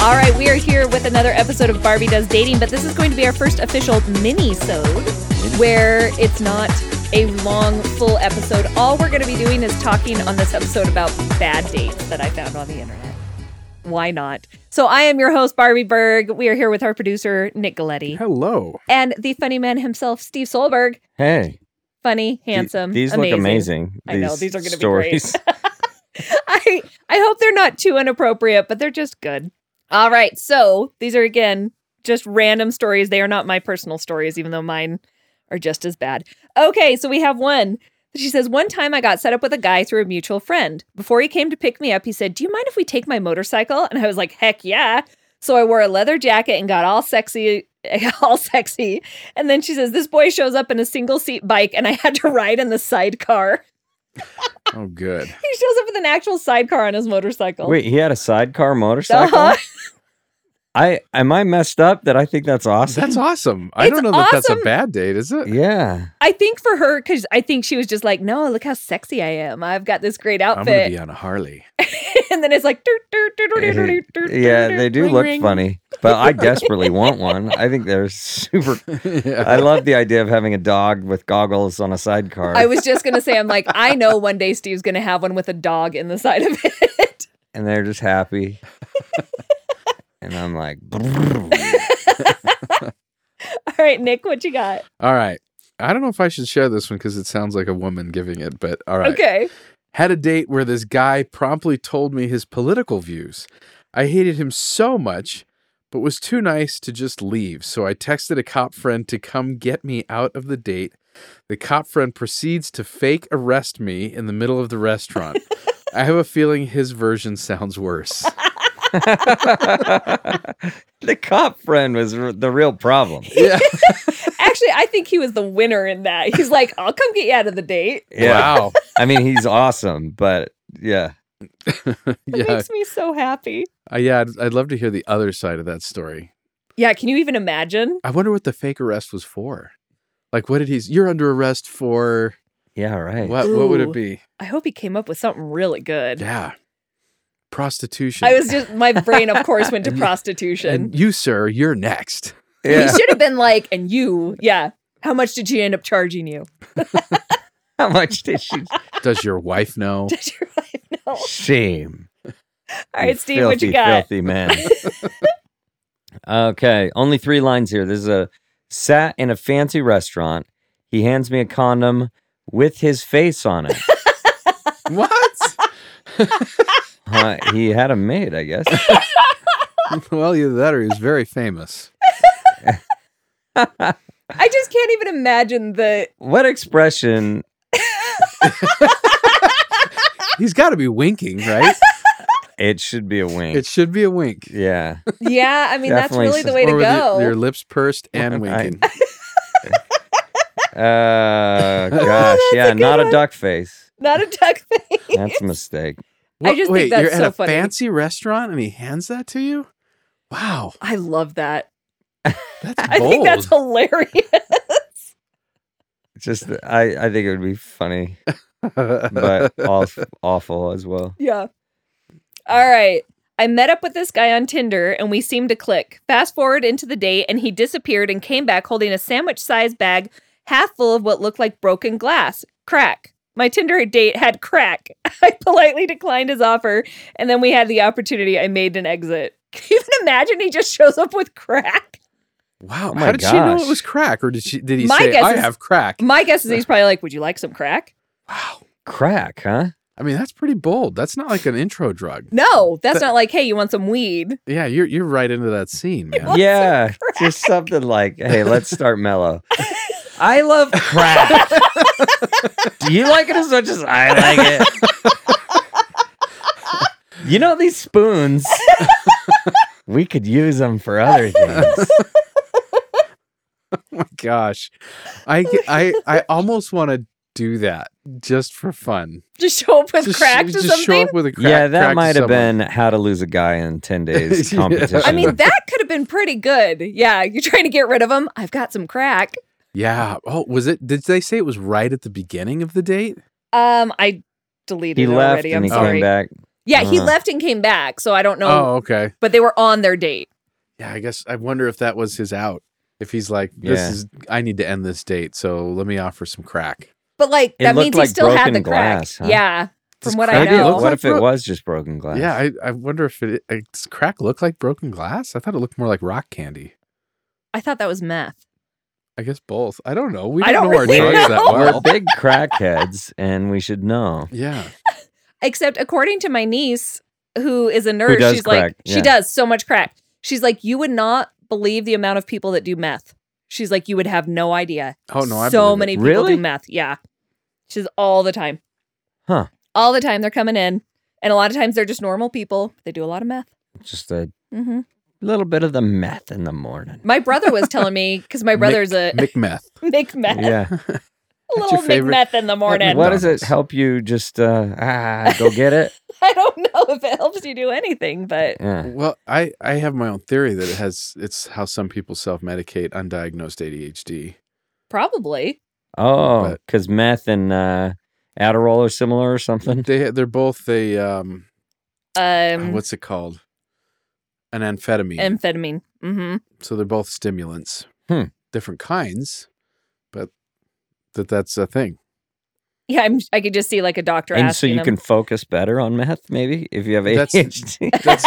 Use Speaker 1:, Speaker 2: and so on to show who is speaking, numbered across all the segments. Speaker 1: All right, we are here with another episode of Barbie Does Dating, but this is going to be our first official mini-sode where it's not a long, full episode. All we're going to be doing is talking on this episode about bad dates that I found on the internet. Why not? So I am your host, Barbie Berg. We are here with our producer, Nick Galletti,
Speaker 2: Hello.
Speaker 1: and the funny man himself, Steve Solberg.
Speaker 3: Hey,
Speaker 1: Funny,
Speaker 3: th-
Speaker 1: handsome,
Speaker 3: these
Speaker 1: amazing.
Speaker 3: look amazing.
Speaker 1: I know, these are gonna be great.
Speaker 3: stories.
Speaker 1: I I hope they're not too inappropriate, but they're just good. All right, so these are again just random stories. They are not my personal stories, even though mine are just as bad. Okay, so we have one. She says, One time I got set up with a guy through a mutual friend. Before he came to pick me up, he said, Do you mind if we take my motorcycle? And I was like, Heck yeah. So I wore a leather jacket and got all sexy, all sexy. And then she says, This boy shows up in a single seat bike and I had to ride in the sidecar.
Speaker 2: Oh, good.
Speaker 1: He shows up with an actual sidecar on his motorcycle.
Speaker 3: Wait, he had a sidecar motorcycle.
Speaker 1: Uh-huh.
Speaker 3: I am I messed up that I think that's awesome.
Speaker 2: That's awesome. I
Speaker 1: It's
Speaker 2: don't know that that's
Speaker 1: awesome.
Speaker 2: a bad date, is it?
Speaker 3: yeah.
Speaker 1: I think for her, because I think she was just like, no, look how sexy I am. I've got this great
Speaker 2: I'm going to
Speaker 1: outfit.
Speaker 2: be on a Harley.
Speaker 1: and then it's like, "Doot, doot, doot, doot, doot, doot, doot, doot,
Speaker 3: Yeah,
Speaker 1: doot,
Speaker 3: they do
Speaker 1: ring,
Speaker 3: look
Speaker 1: ring."
Speaker 3: funny, but I desperately want one. I think they're super. I
Speaker 2: yeah.
Speaker 3: love the idea of having a dog with goggles on a sidecar,
Speaker 1: I was just going to say, I'm like, I know one day Steve's going to have one with a dog in the side of it.
Speaker 3: and they're just happy. and I'm like,
Speaker 1: All right, Nick, what you got?
Speaker 2: All right. I don't know if I should share this one because it sounds like a woman giving it, but all right.
Speaker 1: Okay.
Speaker 2: Had a date where this guy promptly told me his political views. I hated him so much, but was too nice to just leave. So I texted a cop friend to come get me out of the date. The cop friend proceeds to fake arrest me in the middle of the restaurant. I have a feeling his version sounds worse.
Speaker 3: the cop friend was r- the real problem.
Speaker 2: Yeah.
Speaker 1: Actually, I think he was the winner in that. He's like, I'll come get you out of the date.
Speaker 3: Yeah.
Speaker 2: Wow.
Speaker 3: I mean, he's awesome, but yeah.
Speaker 1: It
Speaker 2: yeah.
Speaker 1: makes me so happy.
Speaker 2: Uh, yeah. I'd, I'd love to hear the other side of that story.
Speaker 1: Yeah, can you even imagine?
Speaker 2: I wonder what the fake arrest was for. Like, what did he's? You're under arrest for
Speaker 3: Yeah, right.
Speaker 2: what? What would
Speaker 1: Ooh.
Speaker 2: it be?
Speaker 1: I hope he came up with something really good.
Speaker 2: Yeah, prostitution.
Speaker 1: I was just, my brain, of course, went to prostitution.
Speaker 2: And you, sir, you're next.
Speaker 1: He
Speaker 3: Yeah.
Speaker 1: should have been like, and you, yeah. How much did she end up charging you?
Speaker 3: How much did she?
Speaker 2: Does your wife know?
Speaker 1: Did your wife know? All
Speaker 3: Shame.
Speaker 1: right,
Speaker 3: you
Speaker 1: Steve, what you
Speaker 3: filthy,
Speaker 1: got?
Speaker 3: Filthy man. okay, only three lines here. This is a sat in a fancy restaurant. He hands me a condom with his face on it.
Speaker 2: what?
Speaker 3: Uh, he had a maid, I guess.
Speaker 2: well, either that or he's very famous.
Speaker 1: I just can't even imagine the.
Speaker 3: What expression?
Speaker 2: He's got to be winking, right?
Speaker 3: It should be a wink.
Speaker 2: It should be a wink.
Speaker 3: yeah.
Speaker 1: Yeah, I mean, that's
Speaker 3: Definitely
Speaker 1: really the
Speaker 3: some-
Speaker 1: way to
Speaker 2: or with
Speaker 1: go.
Speaker 2: Your, your lips pursed and
Speaker 3: I-
Speaker 2: winking.
Speaker 3: Uh, gosh.
Speaker 1: that's
Speaker 3: yeah,
Speaker 1: a good
Speaker 3: not
Speaker 1: one.
Speaker 3: a duck face.
Speaker 1: Not a duck thing.
Speaker 3: That's a mistake.
Speaker 1: I just think
Speaker 2: wait,
Speaker 1: that's
Speaker 2: you're
Speaker 1: so
Speaker 2: at a
Speaker 1: funny.
Speaker 2: fancy restaurant and he hands that to you? Wow,
Speaker 1: I love that.
Speaker 2: that's
Speaker 1: I
Speaker 2: bold.
Speaker 1: think that's hilarious.
Speaker 3: Just, I, I think it would be funny, but off, awful as well.
Speaker 1: yeah. All right. I met up with this guy on Tinder and we seemed to click. Fast forward into the date and he disappeared and came back holding a sandwich sized bag half full of what looked like broken glass. Crack. My Tinder date had crack. I politely declined his offer and then we had the opportunity. I made an exit. Can you even imagine he just shows up with crack?
Speaker 2: wow,
Speaker 3: Oh my
Speaker 2: how did she know
Speaker 3: gosh.
Speaker 2: it was crack, or did she? Did he
Speaker 1: My
Speaker 2: say,
Speaker 1: guess
Speaker 2: "I
Speaker 1: is-
Speaker 2: have crack"?
Speaker 1: My guess is he's probably like, Would you like some crack?
Speaker 2: Wow,
Speaker 3: Crack, huh?
Speaker 2: I mean that's pretty bold. That's not like an intro drug.
Speaker 1: No, that's not like, Hey, you want some weed?
Speaker 2: Yeah, you're you're right into that scene, man. Oh
Speaker 1: Lots of
Speaker 3: yeah, just something like, hey, let's start mellow. I love crack. Do you like it as much as I like it? you know these spoons. we could use them for other things.
Speaker 2: my gosh i i i almost want to do that just for fun
Speaker 1: Just show up with
Speaker 2: just,
Speaker 1: crack to
Speaker 2: just show
Speaker 1: something?
Speaker 2: up with a crack
Speaker 3: yeah,
Speaker 2: crack
Speaker 3: that
Speaker 2: to
Speaker 3: might have
Speaker 2: someone.
Speaker 3: been how to lose a guy in ten days
Speaker 2: Yeah.
Speaker 3: competition.
Speaker 1: I mean, that could have been pretty good. Yeah, you're trying to get rid of him. I've got some crack.
Speaker 2: yeah oh was it did they say it was right at the beginning of the date
Speaker 1: Um, I deleted
Speaker 3: he
Speaker 1: it
Speaker 3: left
Speaker 1: already.
Speaker 3: and
Speaker 1: I'm
Speaker 3: he
Speaker 1: sorry.
Speaker 3: came back.
Speaker 1: Yeah, he
Speaker 3: Uh-huh.
Speaker 1: left and came back, so I don't know.
Speaker 2: Oh, okay.
Speaker 1: But they were on their date.
Speaker 2: Yeah, I guess I wonder if that was his out. If he's like, this
Speaker 3: Yeah.
Speaker 2: is, I need to end this date, so let me offer some crack.
Speaker 1: But like
Speaker 3: It
Speaker 1: that
Speaker 3: looked
Speaker 1: means
Speaker 3: like
Speaker 1: he still had
Speaker 3: broken
Speaker 1: the crack.
Speaker 3: glass, huh?
Speaker 1: Yeah,
Speaker 2: Does
Speaker 1: from what I
Speaker 2: crack
Speaker 3: Maybe it
Speaker 1: know.
Speaker 3: looked, what
Speaker 2: like
Speaker 3: if it
Speaker 2: bro-
Speaker 3: was just broken glass?
Speaker 2: Yeah, I, I wonder if it uh, does crack look like broken glass. I thought it looked more like rock candy.
Speaker 1: I thought that was meth.
Speaker 2: I guess both. I don't know. We
Speaker 1: I
Speaker 2: don't,
Speaker 1: don't
Speaker 2: know
Speaker 1: really
Speaker 2: our drugs
Speaker 1: know.
Speaker 2: that
Speaker 3: We're
Speaker 2: well.
Speaker 3: big crackheads, and we should know.
Speaker 2: Yeah.
Speaker 1: Except according to my niece, who is a nurse,
Speaker 3: does
Speaker 1: she's
Speaker 3: crack,
Speaker 1: like
Speaker 3: yeah.
Speaker 1: she does so much crack. She's like, you would not believe the amount of people that do meth. She's like, you would have no idea.
Speaker 2: Oh no, I
Speaker 1: so
Speaker 2: believe it.
Speaker 1: many people
Speaker 3: Really?
Speaker 1: do meth. Yeah, she's all the time.
Speaker 3: Huh.
Speaker 1: All the time they're coming in, and a lot of times they're just normal people. They do a lot of meth.
Speaker 3: Just a
Speaker 1: hmm
Speaker 3: little bit of the meth in the morning.
Speaker 1: My brother was telling me because my
Speaker 2: Mick-
Speaker 1: brother's a
Speaker 2: McMeth.
Speaker 1: Mick meth,
Speaker 3: Yeah.
Speaker 1: a
Speaker 2: your
Speaker 1: little Mick
Speaker 2: favorite-
Speaker 1: meth in the morning.
Speaker 3: What does
Speaker 2: McDonald's.
Speaker 3: it help you? Just uh, ah, go get it.
Speaker 1: I don't know if it helps you do anything, but
Speaker 3: Yeah.
Speaker 2: Well, I I have my own theory that it has it's how some people self-medicate undiagnosed ADHD.
Speaker 1: probably.
Speaker 3: Oh,
Speaker 2: But-
Speaker 3: because meth and uh, Adderall are similar or something.
Speaker 2: They they're both a um
Speaker 1: Um,
Speaker 2: Ah, what's it called? An amphetamine.
Speaker 1: amphetamine. Mm-hmm.
Speaker 2: so they're both stimulants.
Speaker 3: Hmm.
Speaker 2: Different kinds, but that that's a thing.
Speaker 1: Yeah, I'm, I could just see like a doctor
Speaker 3: And so
Speaker 1: asking
Speaker 3: you
Speaker 1: him.
Speaker 3: can focus better on meth, maybe if you have
Speaker 2: That's-
Speaker 3: ADHD.
Speaker 2: That's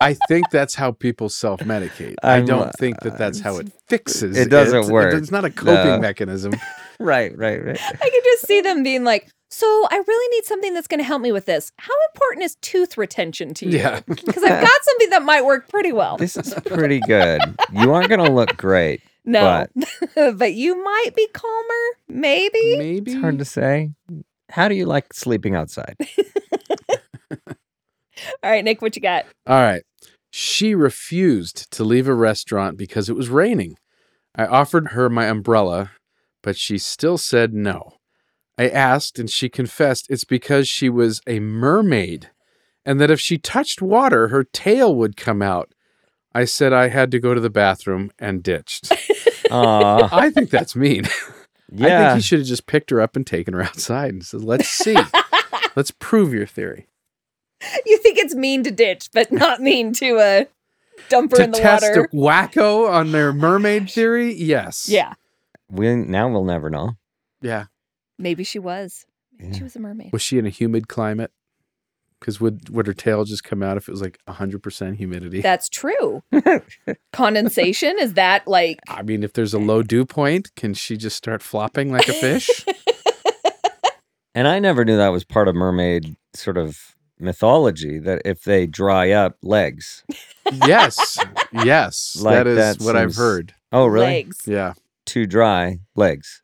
Speaker 2: I think that's how people self-medicate. I
Speaker 3: I'm,
Speaker 2: don't
Speaker 3: uh,
Speaker 2: think that that's how it fixes.
Speaker 3: it doesn't work.
Speaker 2: It's not a coping
Speaker 3: No.
Speaker 2: mechanism.
Speaker 3: right, right, right.
Speaker 1: I could just see them being like, "So I really need something that's going to help me with this. How important is tooth retention to you?
Speaker 2: Yeah.
Speaker 1: Because I've got something that might work pretty well.
Speaker 3: This is pretty good. You aren't gonna look great.
Speaker 1: No, but, you might be calmer, maybe.
Speaker 2: Maybe.
Speaker 3: It's hard to say. How do you like sleeping outside?
Speaker 1: All right, Nick, what you got?
Speaker 2: All right. She refused to leave a restaurant because it was raining. I offered her my umbrella, but she still said no. I asked, and she confessed it's because she was a mermaid and that if she touched water, her tail would come out. I said I had to go to the bathroom and ditched.
Speaker 3: Aw,
Speaker 2: I think that's mean. I think
Speaker 3: yeah.
Speaker 2: he should have just picked her up and taken her outside and said, Let's see. Let's prove your theory.
Speaker 1: You think it's mean to ditch, but not mean to uh, dump her
Speaker 2: to
Speaker 1: in the
Speaker 2: test
Speaker 1: water? Oh
Speaker 2: a wacko on their mermaid theory? Yes.
Speaker 1: yeah,
Speaker 3: We now we'll never know.
Speaker 2: Yeah.
Speaker 1: maybe she was. Maybe
Speaker 3: Yeah.
Speaker 1: She was a mermaid.
Speaker 2: Was she in a humid climate? Because would would her tail just come out if it was like hundred percent humidity?
Speaker 1: That's true.
Speaker 3: Oh,
Speaker 1: Condensation is that like
Speaker 2: I mean, if there's a low dew point, can she just start flopping like a fish?
Speaker 3: And I never knew that was part of mermaid sort of mythology that if they dry up legs.
Speaker 2: yes, yes,
Speaker 3: Like
Speaker 2: that is
Speaker 3: that
Speaker 2: what I've
Speaker 3: seems-
Speaker 2: heard.
Speaker 3: Oh, really?
Speaker 1: legs?
Speaker 2: Yeah,
Speaker 3: Too dry legs.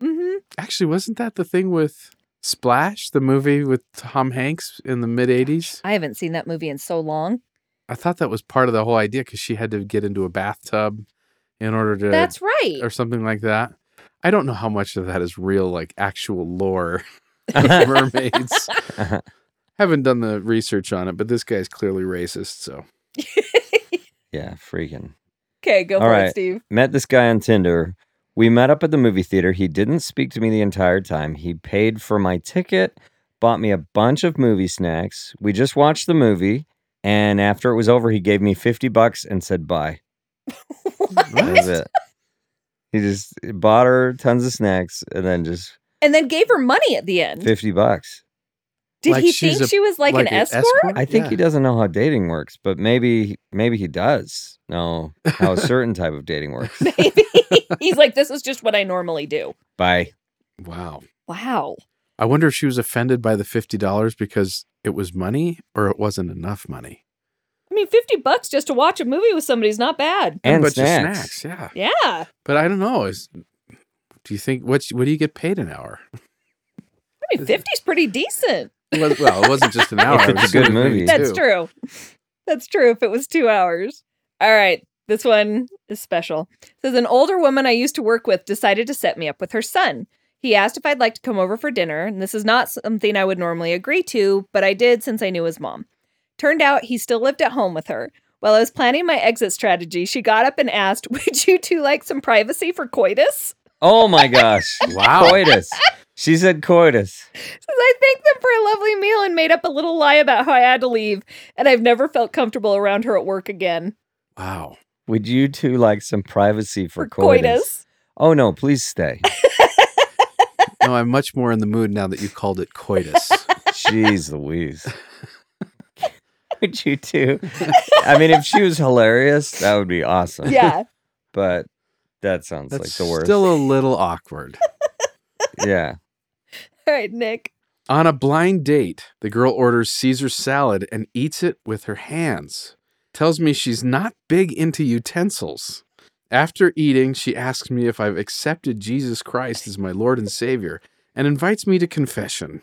Speaker 1: hmm
Speaker 2: actually, wasn't that the thing with Splash, the movie with Tom Hanks in the mid '80s?
Speaker 1: I haven't seen that movie in so long.
Speaker 2: I thought that was part of the whole idea because she had to get into a bathtub in order to
Speaker 1: That's right.
Speaker 2: or something like that. I don't know how much of that is real, like actual lore of mermaids. Haven't done the research on it, but this guy's clearly racist. So
Speaker 3: Yeah, freaking.
Speaker 1: Okay, go
Speaker 3: All
Speaker 1: for
Speaker 3: right.
Speaker 1: it, Steve.
Speaker 3: Met this guy on Tinder. We met up at the movie theater. He didn't speak to me the entire time. He paid for my ticket, bought me a bunch of movie snacks. We just watched the movie, and after it was over, he gave me 50 bucks and said bye. That
Speaker 2: Uh,
Speaker 3: was it. He just bought her tons of snacks and then just
Speaker 1: And then gave her money at the end.
Speaker 3: 50 bucks.
Speaker 1: Did
Speaker 2: Like
Speaker 1: he
Speaker 2: she's
Speaker 1: think
Speaker 2: a-
Speaker 1: she was like, an
Speaker 2: a
Speaker 1: escort?
Speaker 3: I think he
Speaker 2: Yeah.
Speaker 3: doesn't know how dating works, but maybe maybe he does know how a certain type of dating works.
Speaker 1: Maybe. He's like, this is just what I normally do.
Speaker 3: Bye.
Speaker 2: Wow.
Speaker 1: Wow.
Speaker 2: I wonder if she was offended by the fifty dollars because it was money or it wasn't enough money.
Speaker 1: I mean, 50 bucks just to watch a movie with somebody is not bad.
Speaker 2: And a
Speaker 3: And
Speaker 2: bunch of
Speaker 3: snacks.
Speaker 2: snacks, yeah.
Speaker 1: Yeah.
Speaker 2: But I don't know. Is do you think what what do you get paid an hour?
Speaker 1: I mean, 50 is pretty decent.
Speaker 2: It was- well, it wasn't just an hour.
Speaker 3: If
Speaker 2: it
Speaker 3: it's
Speaker 2: was
Speaker 3: a good
Speaker 2: sort of maybe
Speaker 3: movie. Me
Speaker 1: That's
Speaker 2: two.
Speaker 1: true. That's true if it was two hours. All right. This one is special. It says an older woman I used to work with decided to set me up with her son. He asked if I'd like to come over for dinner, and this is not something I would normally agree to, but I did since I knew his mom. Turned out he still lived at home with her. While I was planning my exit strategy, she got up and asked, Would you two like some privacy for coitus?
Speaker 3: Oh my gosh.
Speaker 2: Wow.
Speaker 3: coitus. She said coitus.
Speaker 1: Says, I thanked them for a lovely meal and made up a little lie about how I had to leave, and I've never felt comfortable around her at work again.
Speaker 2: Wow.
Speaker 3: Would you two like some privacy for,
Speaker 1: For coitus.
Speaker 3: Oh no, please stay.
Speaker 2: No, I'm much more in the mood now that you called it coitus.
Speaker 3: Jeez Louise. would you two? I mean, if she was hilarious, that would be awesome.
Speaker 1: Yeah.
Speaker 3: But that sounds
Speaker 2: That's
Speaker 3: like the worst.
Speaker 2: still a little awkward.
Speaker 3: yeah.
Speaker 1: All right, Nick.
Speaker 2: On a blind date, the girl orders Caesar salad and eats it with her hands. Tells me she's not big into utensils. After eating, she asks me if I've accepted Jesus Christ as my Lord and Savior and invites me to confession.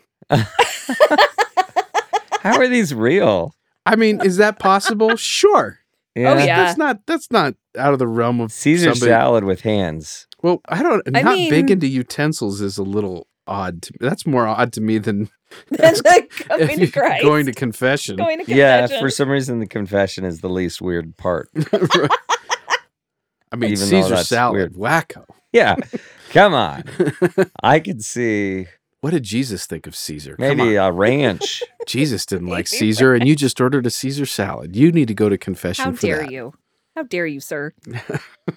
Speaker 3: How are these real?
Speaker 2: I mean, is that possible? Sure.
Speaker 1: Oh, yeah.
Speaker 2: That's not that's not out of the realm of
Speaker 3: Caesar
Speaker 2: somebody-
Speaker 3: salad with hands.
Speaker 2: Well, I don't
Speaker 1: I
Speaker 2: not
Speaker 1: mean-
Speaker 2: big into utensils is a little odd to me. That's more odd to me than
Speaker 1: That's
Speaker 2: if
Speaker 1: going to
Speaker 2: you're
Speaker 1: Christ.
Speaker 2: going to confession.
Speaker 1: Oh, Going to
Speaker 3: Yeah,
Speaker 1: confession.
Speaker 3: for some reason the confession is the least weird part.
Speaker 2: I mean,
Speaker 3: Even though
Speaker 2: Caesar
Speaker 3: that's
Speaker 2: salad,
Speaker 3: weird.
Speaker 2: wacko.
Speaker 3: Yeah. Come on. I could see
Speaker 2: What did Jesus think of Caesar? Come
Speaker 3: maybe uh,
Speaker 2: on.
Speaker 3: a ranch.
Speaker 2: Jesus didn't like
Speaker 1: Maybe.
Speaker 2: Caesar, and you just ordered a Caesar salad. You need to go to confession
Speaker 1: How
Speaker 2: for
Speaker 1: dare
Speaker 2: that.
Speaker 1: you? How dare you, sir? All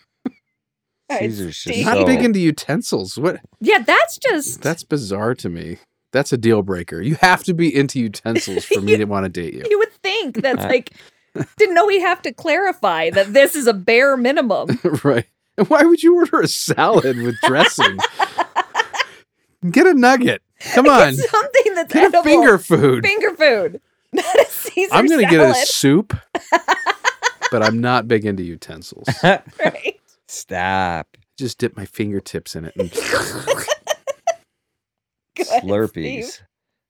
Speaker 1: right,
Speaker 3: Caesar's just
Speaker 1: Steve.
Speaker 2: Not
Speaker 3: so-
Speaker 2: big into utensils. What?
Speaker 1: Yeah, that's just
Speaker 2: That's bizarre to me. That's a deal breaker. You have to be into utensils for me to want to date you.
Speaker 1: you would think that's
Speaker 3: Uh.
Speaker 1: like didn't know we have to clarify that this is a bare minimum.
Speaker 2: right. And why would you order a salad with dressing? Get a nugget. Come on.
Speaker 1: It's something that's
Speaker 2: Get
Speaker 1: edible.
Speaker 2: a finger food.
Speaker 1: Finger food. Not a Caesar
Speaker 2: I'm going to get a
Speaker 1: salad.
Speaker 2: soup, but I'm not big into utensils.
Speaker 1: Right.
Speaker 3: Stop.
Speaker 2: Just dip my fingertips in it and
Speaker 1: Good,
Speaker 3: Slurpees.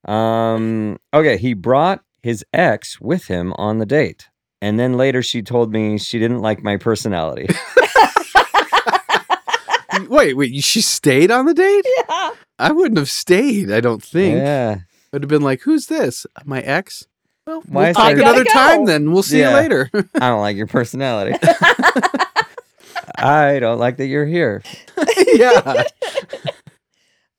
Speaker 3: Um, okay, he brought his ex with him on the date. And then later she told me she didn't like my personality.
Speaker 2: Wait, wait, she stayed on the date?
Speaker 1: Yeah.
Speaker 2: I wouldn't have stayed, I don't think.
Speaker 3: Yeah.
Speaker 2: I'd have been like, who's this? My ex? Well,
Speaker 3: My
Speaker 2: we'll
Speaker 3: ex-
Speaker 2: talk
Speaker 3: I
Speaker 1: gotta
Speaker 2: another
Speaker 1: go.
Speaker 2: time then. We'll see
Speaker 3: Yeah.
Speaker 2: you later.
Speaker 3: I don't like your personality. I don't like that you're here.
Speaker 2: yeah.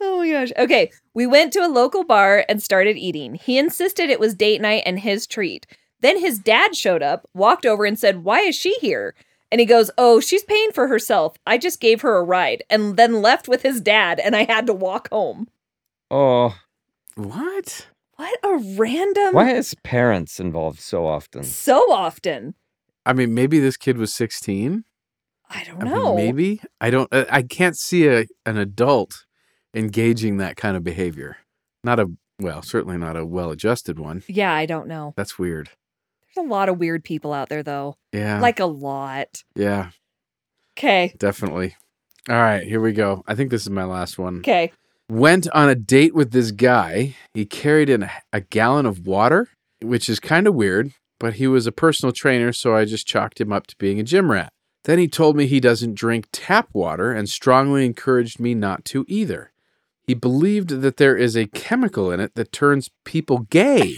Speaker 1: Oh my gosh. Okay. We went to a local bar and started eating. He insisted it was date night and his treat. Then his dad showed up, walked over, and said, Why is she here? And he goes, Oh, she's paying for herself. I just gave her a ride and then left with his dad, and I had to walk home.
Speaker 3: Oh,
Speaker 2: What?
Speaker 1: What a random.
Speaker 3: why is parents involved so often?
Speaker 1: So often.
Speaker 2: I mean, maybe this kid was 16.
Speaker 1: I don't
Speaker 2: I mean,
Speaker 1: know.
Speaker 2: maybe. I don't, uh, I can't see a, an adult engaging that kind of behavior. Not a, well, certainly not a well adjusted one.
Speaker 1: Yeah, I don't know.
Speaker 2: That's weird.
Speaker 1: There's a lot of weird people out there, though.
Speaker 2: Yeah.
Speaker 1: Like a lot.
Speaker 2: yeah,
Speaker 1: Okay.
Speaker 2: definitely. All right, here we go. I think this is my last one.
Speaker 1: Okay.
Speaker 2: went on a date with this guy. He carried in a, a gallon of water, which is kind of weird, but he was a personal trainer, so I just chalked him up to being a gym rat. Then he told me he doesn't drink tap water and strongly encouraged me not to either. He believed that there is a chemical in it that turns people gay.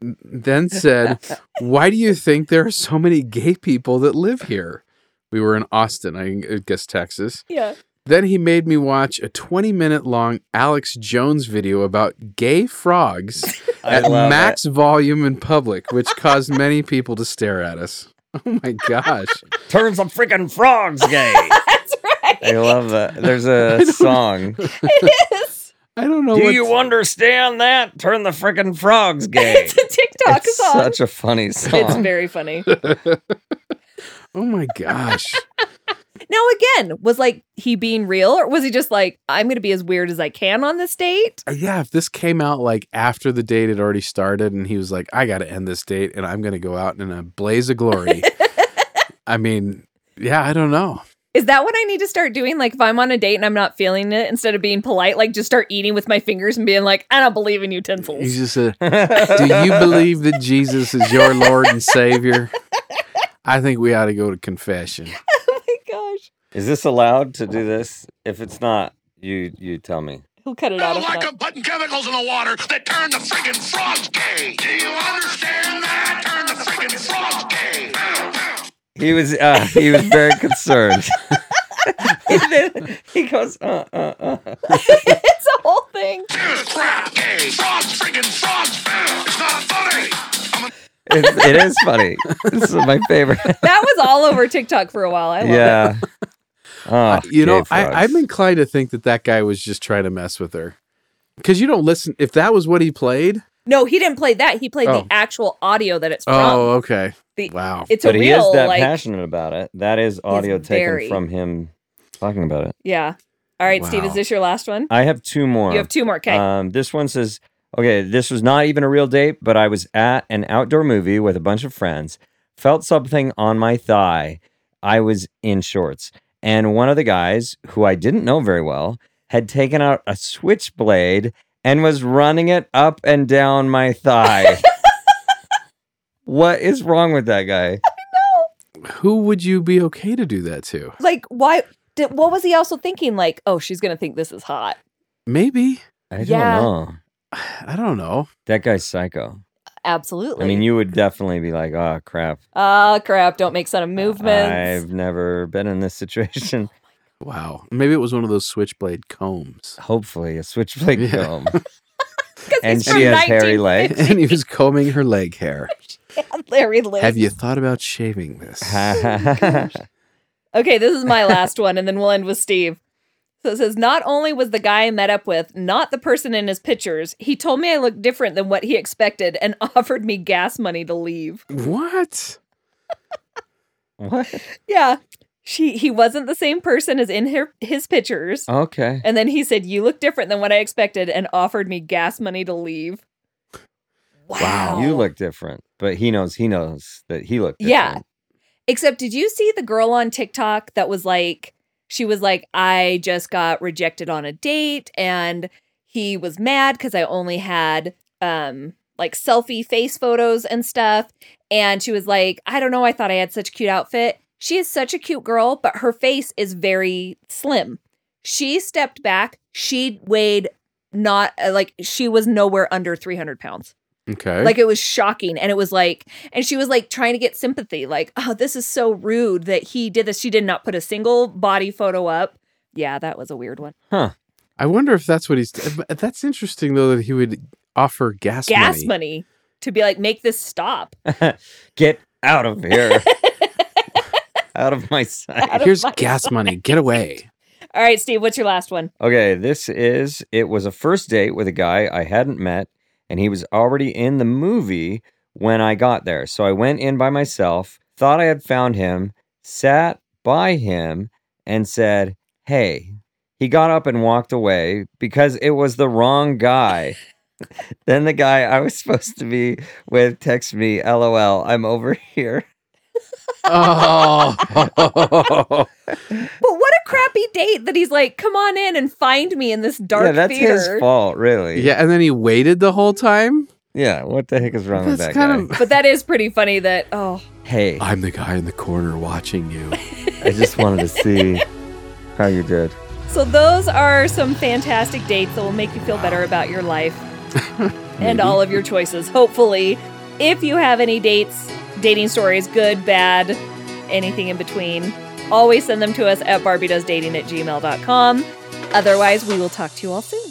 Speaker 2: then said, Why do you think there are so many gay people that live here? We were in Austin, I guess, Texas.
Speaker 1: Yeah.
Speaker 2: Then he made me watch a 20 minute long Alex Jones video about gay frogs
Speaker 3: I
Speaker 2: at
Speaker 3: love
Speaker 2: max volume in public, which caused many people to stare at us. Oh my gosh.
Speaker 3: it. Turn some freaking frogs gay.
Speaker 1: That's
Speaker 3: I
Speaker 1: right.
Speaker 3: love that. There's a song.
Speaker 1: It is.
Speaker 2: I don't know
Speaker 3: Do
Speaker 2: what
Speaker 3: you understand that? Turn the freaking frogs gay.
Speaker 1: It's a TikTok
Speaker 3: it's
Speaker 1: song.
Speaker 3: such a funny song.
Speaker 1: It's very funny.
Speaker 2: Oh my gosh.
Speaker 1: Now again, was like he being real or was he just like I'm going to be as weird as I can on this date?
Speaker 2: Uh, yeah, if this came out like after the date had already started and he was like, I got to end this date and I'm going to go out in a blaze of glory. I mean, yeah, I don't know.
Speaker 1: Is that what I need to start doing like if I'm on a date and I'm not feeling it instead of being polite like just start eating with my fingers and being like I don't believe in
Speaker 2: He's
Speaker 1: utensils.
Speaker 2: just a Do you believe that Jesus is your Lord and Savior? I think we ought to go to confession.
Speaker 1: oh my gosh.
Speaker 3: Is this allowed to do this? If it's not, you you tell me.
Speaker 1: He'll cut it
Speaker 4: I
Speaker 1: out.
Speaker 4: don't
Speaker 1: if
Speaker 4: like
Speaker 1: not.
Speaker 4: them putting chemicals in the water that turn the friggin' frogs gay. Do you understand that? Turn the friggin' frogs gay.
Speaker 3: He was uh, he was very concerned. And then he goes, uh, uh, uh.
Speaker 1: it's a whole thing.
Speaker 4: Here's crap gay. Frogs friggin' frogs. It's not funny.
Speaker 3: It's, it is funny. this is my favorite.
Speaker 1: That was all over TikTok for a while. I love it.
Speaker 3: yeah. Oh,
Speaker 2: Uh, you know,
Speaker 3: gay
Speaker 2: I,
Speaker 3: frogs.
Speaker 2: I'm inclined to think that that guy was just trying to mess with her. Because you don't listen. If that was what he played,
Speaker 1: No, he didn't play that. He played
Speaker 2: Oh.
Speaker 1: the actual audio that it's from.
Speaker 2: oh, okay.
Speaker 1: The-
Speaker 2: Wow.
Speaker 1: It's a
Speaker 3: but
Speaker 1: real
Speaker 3: he is that
Speaker 1: like
Speaker 3: passionate about it. That is audio taken
Speaker 1: very-
Speaker 3: from him talking about it.
Speaker 1: yeah. All right, Steve,
Speaker 2: Wow.
Speaker 1: is this your last one?
Speaker 3: I have two more.
Speaker 1: You have two more. Okay.
Speaker 3: Um, this one says, okay, this was not even a real date, but I was at an outdoor movie with a bunch of friends, felt something on my thigh. I was in shorts. And one of the guys, who I didn't know very well, had taken out a switchblade and was running it up and down my thigh. what is wrong with that guy?
Speaker 2: Who would you be okay to do that to?
Speaker 1: like, why? Did, what was he also thinking? Like, oh, she's gonna think this is hot.
Speaker 2: Maybe.
Speaker 3: I don't
Speaker 1: Yeah.
Speaker 3: know.
Speaker 2: I don't know.
Speaker 3: That guy's psycho.
Speaker 1: Absolutely.
Speaker 3: I mean, you would definitely be like, oh, crap.
Speaker 1: Ah, crap! Don't make sudden movements.
Speaker 3: I've never been in this situation.
Speaker 2: Wow. Maybe it was one of those switchblade combs.
Speaker 3: Hopefully, a switchblade
Speaker 2: Yeah.
Speaker 3: comb.
Speaker 1: Because
Speaker 3: and
Speaker 1: he's from
Speaker 3: she has hairy
Speaker 1: 1950.
Speaker 3: legs.
Speaker 2: And he was combing her leg hair.
Speaker 1: Larry Lewis.
Speaker 2: Have you thought about shaving this?
Speaker 1: Okay, this is my last one, and then we'll end with Steve. So it says, not only was the guy I met up with not the person in his pictures, he told me I looked different than what he expected and offered me gas money to leave.
Speaker 2: What?
Speaker 3: what?
Speaker 1: Yeah. She he wasn't the same person as in her, his pictures.
Speaker 3: Okay.
Speaker 1: And then he said, You look different than what I expected and offered me gas money to leave.
Speaker 2: Wow.
Speaker 3: You look different, but he knows he knows that he looked
Speaker 1: Yeah.
Speaker 3: different.
Speaker 1: Except, did you see the girl on TikTok that was like, she was like, I just got rejected on a date and he was mad because I only had um like selfie face photos and stuff. And she was like, I don't know, I thought I had such a cute outfit. She is such a cute girl, but her face is very slim. She stepped back. She weighed not uh, like she was nowhere under 300 pounds.
Speaker 2: Okay.
Speaker 1: Like it was shocking. And it was like, and she was like trying to get sympathy, like, oh, this is so rude that he did this. She did not put a single body photo up. Yeah, that was a weird one.
Speaker 2: I wonder if that's what he's. That's interesting though that he would offer gas,
Speaker 1: Gas
Speaker 2: money.
Speaker 1: money to be like, make this stop.
Speaker 3: Get out of here. out of my sight.
Speaker 1: Out of
Speaker 2: Here's
Speaker 1: my
Speaker 2: gas money. Get away.
Speaker 1: All right, Steve, what's your last one?
Speaker 3: Okay, this is it was a first date with a guy I hadn't met, and he was already in the movie when I got there. So I went in by myself, thought I had found him, sat by him, and said, Hey. He got up and walked away because it was the wrong guy. then the guy I was supposed to be with texts me, LOL, I'm over here.
Speaker 2: Oh.
Speaker 1: But what a crappy date that he's like, come on in and find me in this dark
Speaker 3: yeah, that's
Speaker 1: theater.
Speaker 3: his fault, really.
Speaker 2: yeah, and then he waited the whole time.
Speaker 3: Yeah, what the heck is wrong with
Speaker 2: That's
Speaker 3: that guy?
Speaker 2: kind of.
Speaker 1: But that is pretty funny that, oh,
Speaker 3: Hey.
Speaker 2: I'm the guy in the corner watching you.
Speaker 3: I just wanted to see how you did.
Speaker 1: So those are some fantastic dates that will make you feel better about your life and all of your choices, hopefully. If you have any dates, dating stories, good, bad, anything in between, always send them to us at barbiedoesdating at gmail.com. Otherwise, we will talk to you all soon.